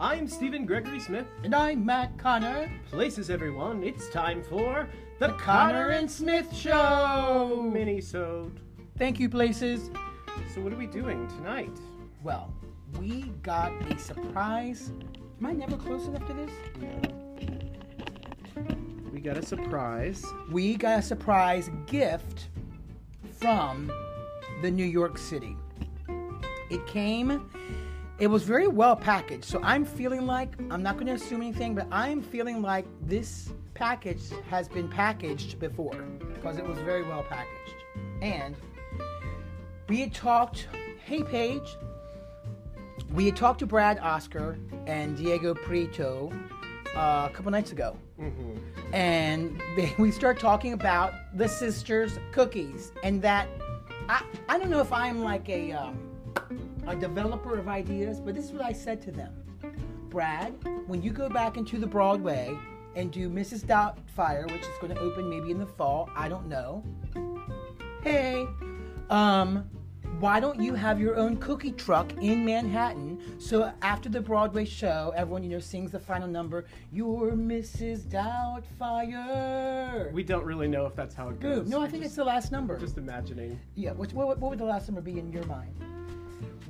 I'm Stephen Gregory Smith. And I'm Matt Connor. Places everyone, it's time for the, Connor and Smith Show! Minisode. Thank you, places. So what are we doing tonight? Well, we got a surprise. Am I never close enough to this? We got a surprise. We got a surprise gift from the New York City. It came, it was very well packaged. So I'm feeling like, I'm not going to assume anything, but I'm feeling like this package has been packaged before because it was very well packaged. And we had talked, hey, Paige, we had talked to Brad Oscar and Diego Prieto uh, a couple nights ago. And they, we start talking about the sisters' cookies and that I, I don't know if I'm like a, um, a developer of ideas, but this is what I said to them Brad, when you go back into the Broadway and do Mrs. Doubtfire, which is going to open maybe in the fall, I don't know hey, um, why don't you have your own cookie truck in Manhattan? So after the Broadway show, everyone you know sings the final number. You're Mrs. Doubtfire. We don't really know if that's how it Ooh, goes. no, I think it's the last number. Just imagining. yeah. Which, what, what would the last number be in your mind?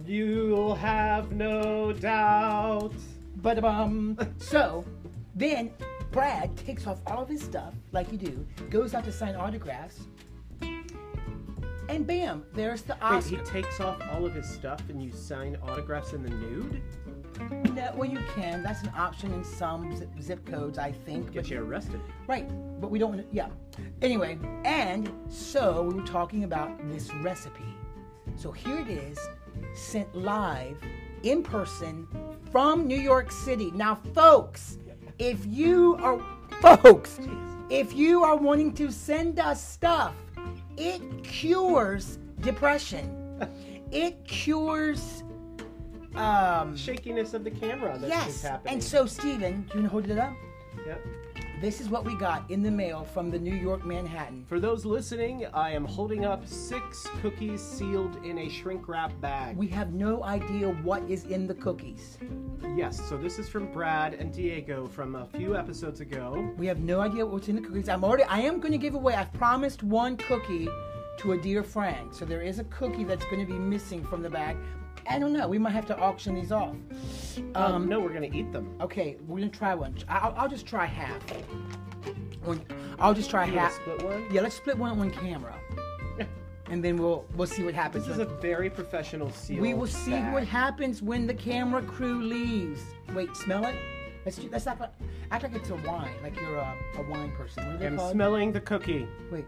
You'll have no doubt. But um, so then Brad takes off all of his stuff, like you do, goes out to sign autographs, and bam, there's the Wait, Oscar. he takes off all of his stuff and you sign autographs in the nude? No, well, you can. That's an option in some zip, zip codes, I think. Get But, you arrested. right, but we don't. Yeah. Anyway, and so we were talking about this recipe. So here it is, sent live, in person, from New York City. Now, folks, if you are, folks, if you are wanting to send us stuff, it cures depression. It cures. Um, Shakiness of the camera that's just Yes. happening. And so, Steven, do you want to hold it up? Yep. This is what we got in the mail from the New York Manhattan. For those listening, I am holding up six cookies sealed in a shrink wrap bag. We have no idea what is in the cookies. Yes, so this is from Brad and Diego from a few episodes ago. We have no idea what's in the cookies. I'm already, I am going to give away, I've promised one cookie to a dear friend. So there is a cookie that's going to be missing from the bag. I don't know. We might have to auction these off. Um, no, we're gonna eat them. Okay, we're going to try one. I- I'll, I'll just try half. One- I'll just try You wanna half. split one? Yeah, let's split one on camera. And then we'll we'll see what happens. This is a very professional seal. We will see bag. what happens when the camera crew leaves. Wait, smell it? Let's do, let's act like, act like it's a wine, like you're a, a wine person. What do they I'm call it? smelling the cookie. Wait,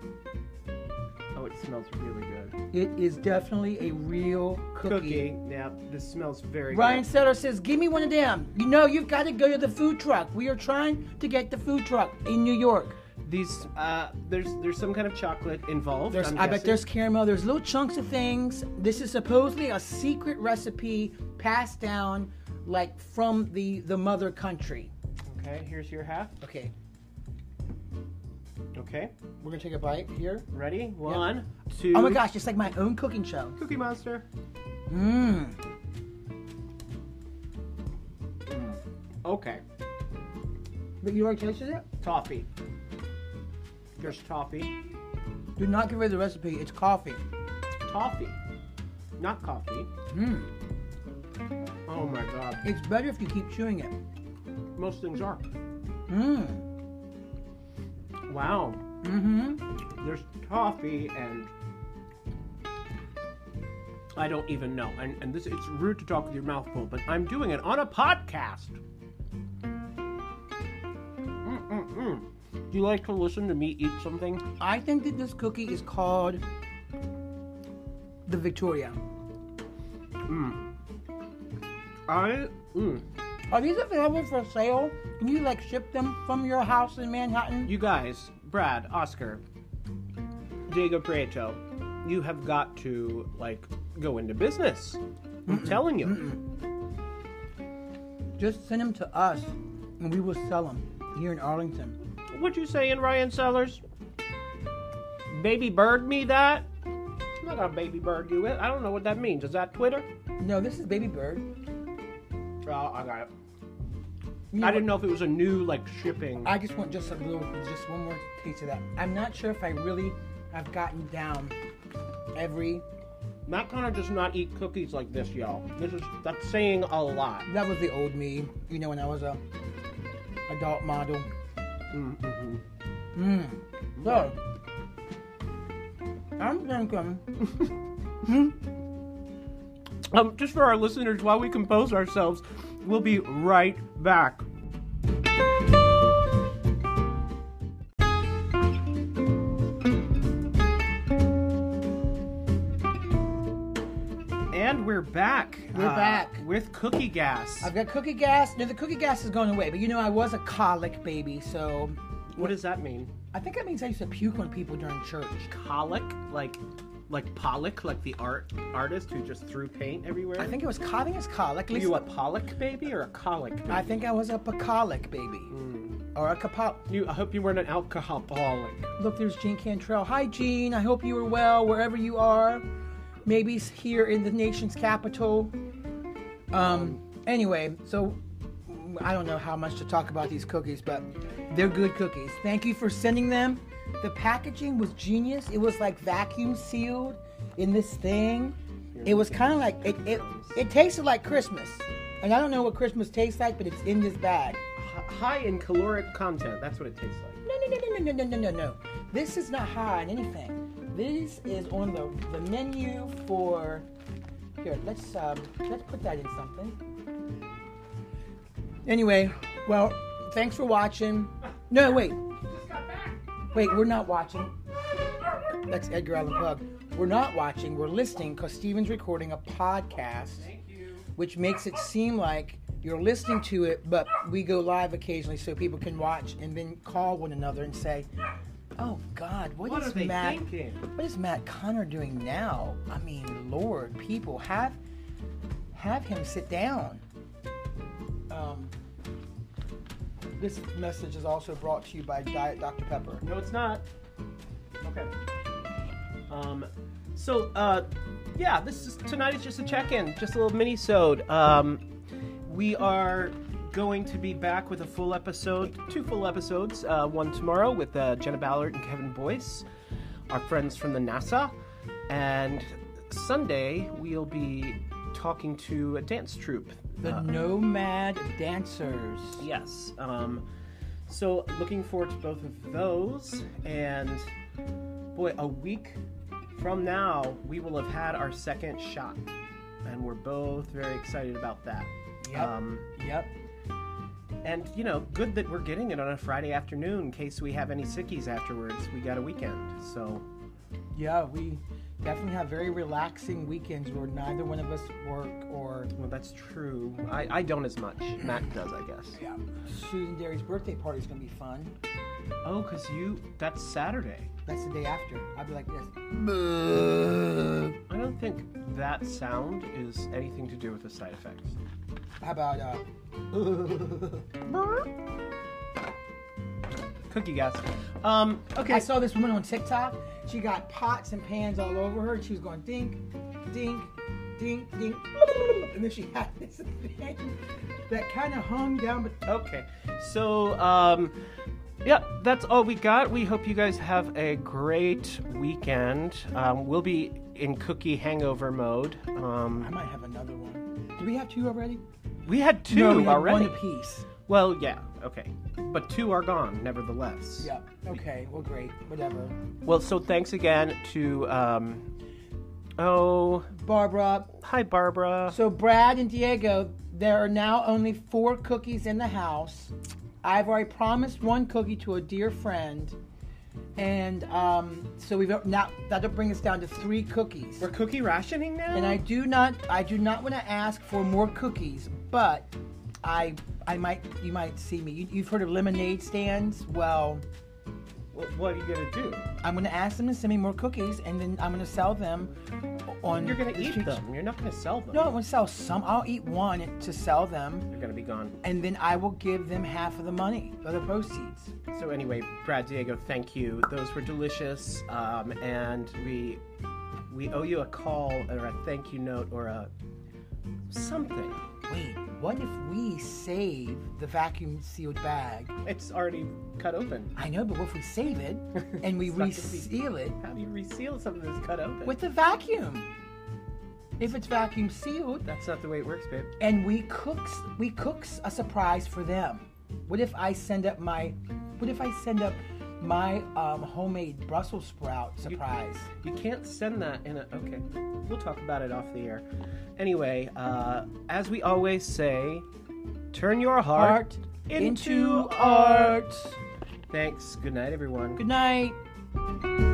Oh, it smells really good. it is definitely a real cookie. Cookie. Yeah, this smells very Ryan good. Setter says, "Give me one of them." You know, you've got to go to the food truck. We are trying to get the food truck in New York. These uh there's there's some kind of chocolate involved. There's, I'm I bet guessing. there's caramel. There's little chunks of things. This is supposedly a secret recipe passed down, like from the the mother country. Okay, here's your half. Okay, Okay. we're gonna take a bite here. Ready? One, two. Oh my gosh, it's like my own cooking show. Cookie monster. Mmm. Okay. But you already tasted it? Toffee. There's toffee. Do not give away the recipe. It's coffee. Toffee. Not coffee. Mmm. Oh my god. It's better if you keep chewing it. Most things are. Mmm. Wow. Mm-hmm. There's toffee and I don't even know. And and this it's rude to talk with your mouth full, but I'm doing it on a podcast. Mm-mm-mm. mm, Do you like to listen to me eat something? I think that this cookie is called the Victoria. I mm. Are these available for sale? Can you like ship them from your house in Manhattan? You guys, Brad, Oscar, Diego Prieto, you have got to like go into business. I'm telling you. Just send them to us, and we will sell them here in Arlington. What you saying, Ryan Sellers? Baby bird me that? I'm not gonna baby bird you it. I don't know what that means. Is that Twitter? No, this is Baby Bird. Oh, I got it. You I know- didn't know if it was a new like shipping. I just want just a little, just one more piece of that. I'm not sure if I really have gotten down every. Matt Connor does not eat cookies like this, y'all. This is that's saying a lot. That was the old me, you know, when I was a adult model. Mm-hmm. Mm. So, I'm thinking. Um, just for our listeners, while we compose ourselves, we'll be right back. And we're back. uh, We're back. with cookie gas. I've got cookie gas. No, the cookie gas is going away, but you know, I was a colic baby, so what does that mean? I think that means I used to puke on people during church. Pollock, like, like Pollock, like the art artist who just threw paint everywhere. I think it was colic. I think it's colic. At Were least you a Pollock baby or a colic? Baby? I think I was a colic baby, Mm. or a capol. You, I hope you weren't an alcoholic. Look, there's Gene Cantrell. Hi, Gene. I hope you are well wherever you are. Maybe s- here in the nation's capital. Um. Anyway, so mm, I don't know how much to talk about these cookies, but they're good cookies. Thank you for sending them. The packaging was genius. It was like vacuum sealed in this thing. It was kind of like it, it. It tasted like Christmas, and I don't know what Christmas tastes like, but it's in this bag. H- high in caloric content. That's what it tastes like. No, no, no, no, no, no, no, no, no. This is not high on anything. This is on the, the menu for. Here, let's um, let's put that in something. Anyway, well, thanks for watching. No, wait. Wait, we're not watching. That's Edgar Allan Pug. We're not watching. We're listening because Steven's recording a podcast, which makes it seem like you're listening to it, but we go live occasionally so people can watch and then call one another and say, "Oh God, What what is are they Matt? thinking?" What is Matt Connor doing now? I mean, Lord, people have have him sit down." Um, this message is also brought to you by Diet Dr Pepper. No, it's not. Okay. Um, so uh, yeah, this is tonight is just a check-in, just a little mini-sode. Um, we are going to be back with a full episode, two full episodes, uh, one tomorrow with uh, Jenna Ballard and Kevin Boyce, our friends from the NASA, and Sunday we'll be talking to a dance troupe. The Nomad Dancers. Yes. Um, so looking forward to both of those. And boy, a week from now, we will have had our second shot. And we're both very excited about that. Yep. Yep. and, you know, good that we're getting it on a Friday afternoon in case we have any sickies afterwards. We got a weekend. So, Yeah, we definitely have very relaxing weekends where neither one of us work or well, that's true. I, I don't as much. Matt does, I guess. yeah. Susan Derry's birthday party is gonna be fun. Oh, because you, that's Saturday. That's the day after. I'll be like this. I don't think that sound is anything to do with the side effects. How about uh Cookie gas. Um, okay. I saw this woman on TikTok. She got pots and pans all over her and she was going dink, dink, dink, dink, and then she had this thing that kinda hung down but okay. So, um, yeah, that's all we got. We hope you guys have a great weekend. Um, we'll be in cookie hangover mode. I Um, might have another one. Do we have two already? we had two no, we had already. One apiece. Well, yeah, okay. But two are gone, nevertheless. Yeah. Okay. Well, great. Whatever. Well, so thanks again to, um, oh, Barbara. hi, Barbara. So Brad and Diego, there are now only four cookies in the house. I've already promised one cookie to a dear friend, and um, so we've now that'll bring us down to three cookies. We're cookie rationing now? And I do not, I do not want to ask for more cookies, but I, I might, you might see me. You, you've heard of lemonade stands? Well. Wh- What are you going to do? I'm gonna ask them to send me more cookies, and then I'm gonna sell them on. You're going to the eat streets. them. You're not going to sell them. No, I'm gonna sell some. I'll eat one to sell them, They're going to be gone. and then I will give them half of the money of the proceeds. So anyway, Brad Diego, thank you. Those were delicious, um, and we we owe you a call or a thank you note or a something. Wait, What if we save the vacuum sealed bag? It's already cut open. I know, but what if we save it and we It's not complete. reseal it How do you reseal something that's cut open? with the vacuum? If it's vacuum sealed, That's not the way it works, babe. and we cooks we cooks a surprise for them. What if I send up my what if I send up my um, homemade Brussels sprout surprise? You can't send that in a. Okay, we'll talk about it off the air. Anyway, uh, as we always say, turn your heart, Art into art. Thanks. Good night, everyone. Good night.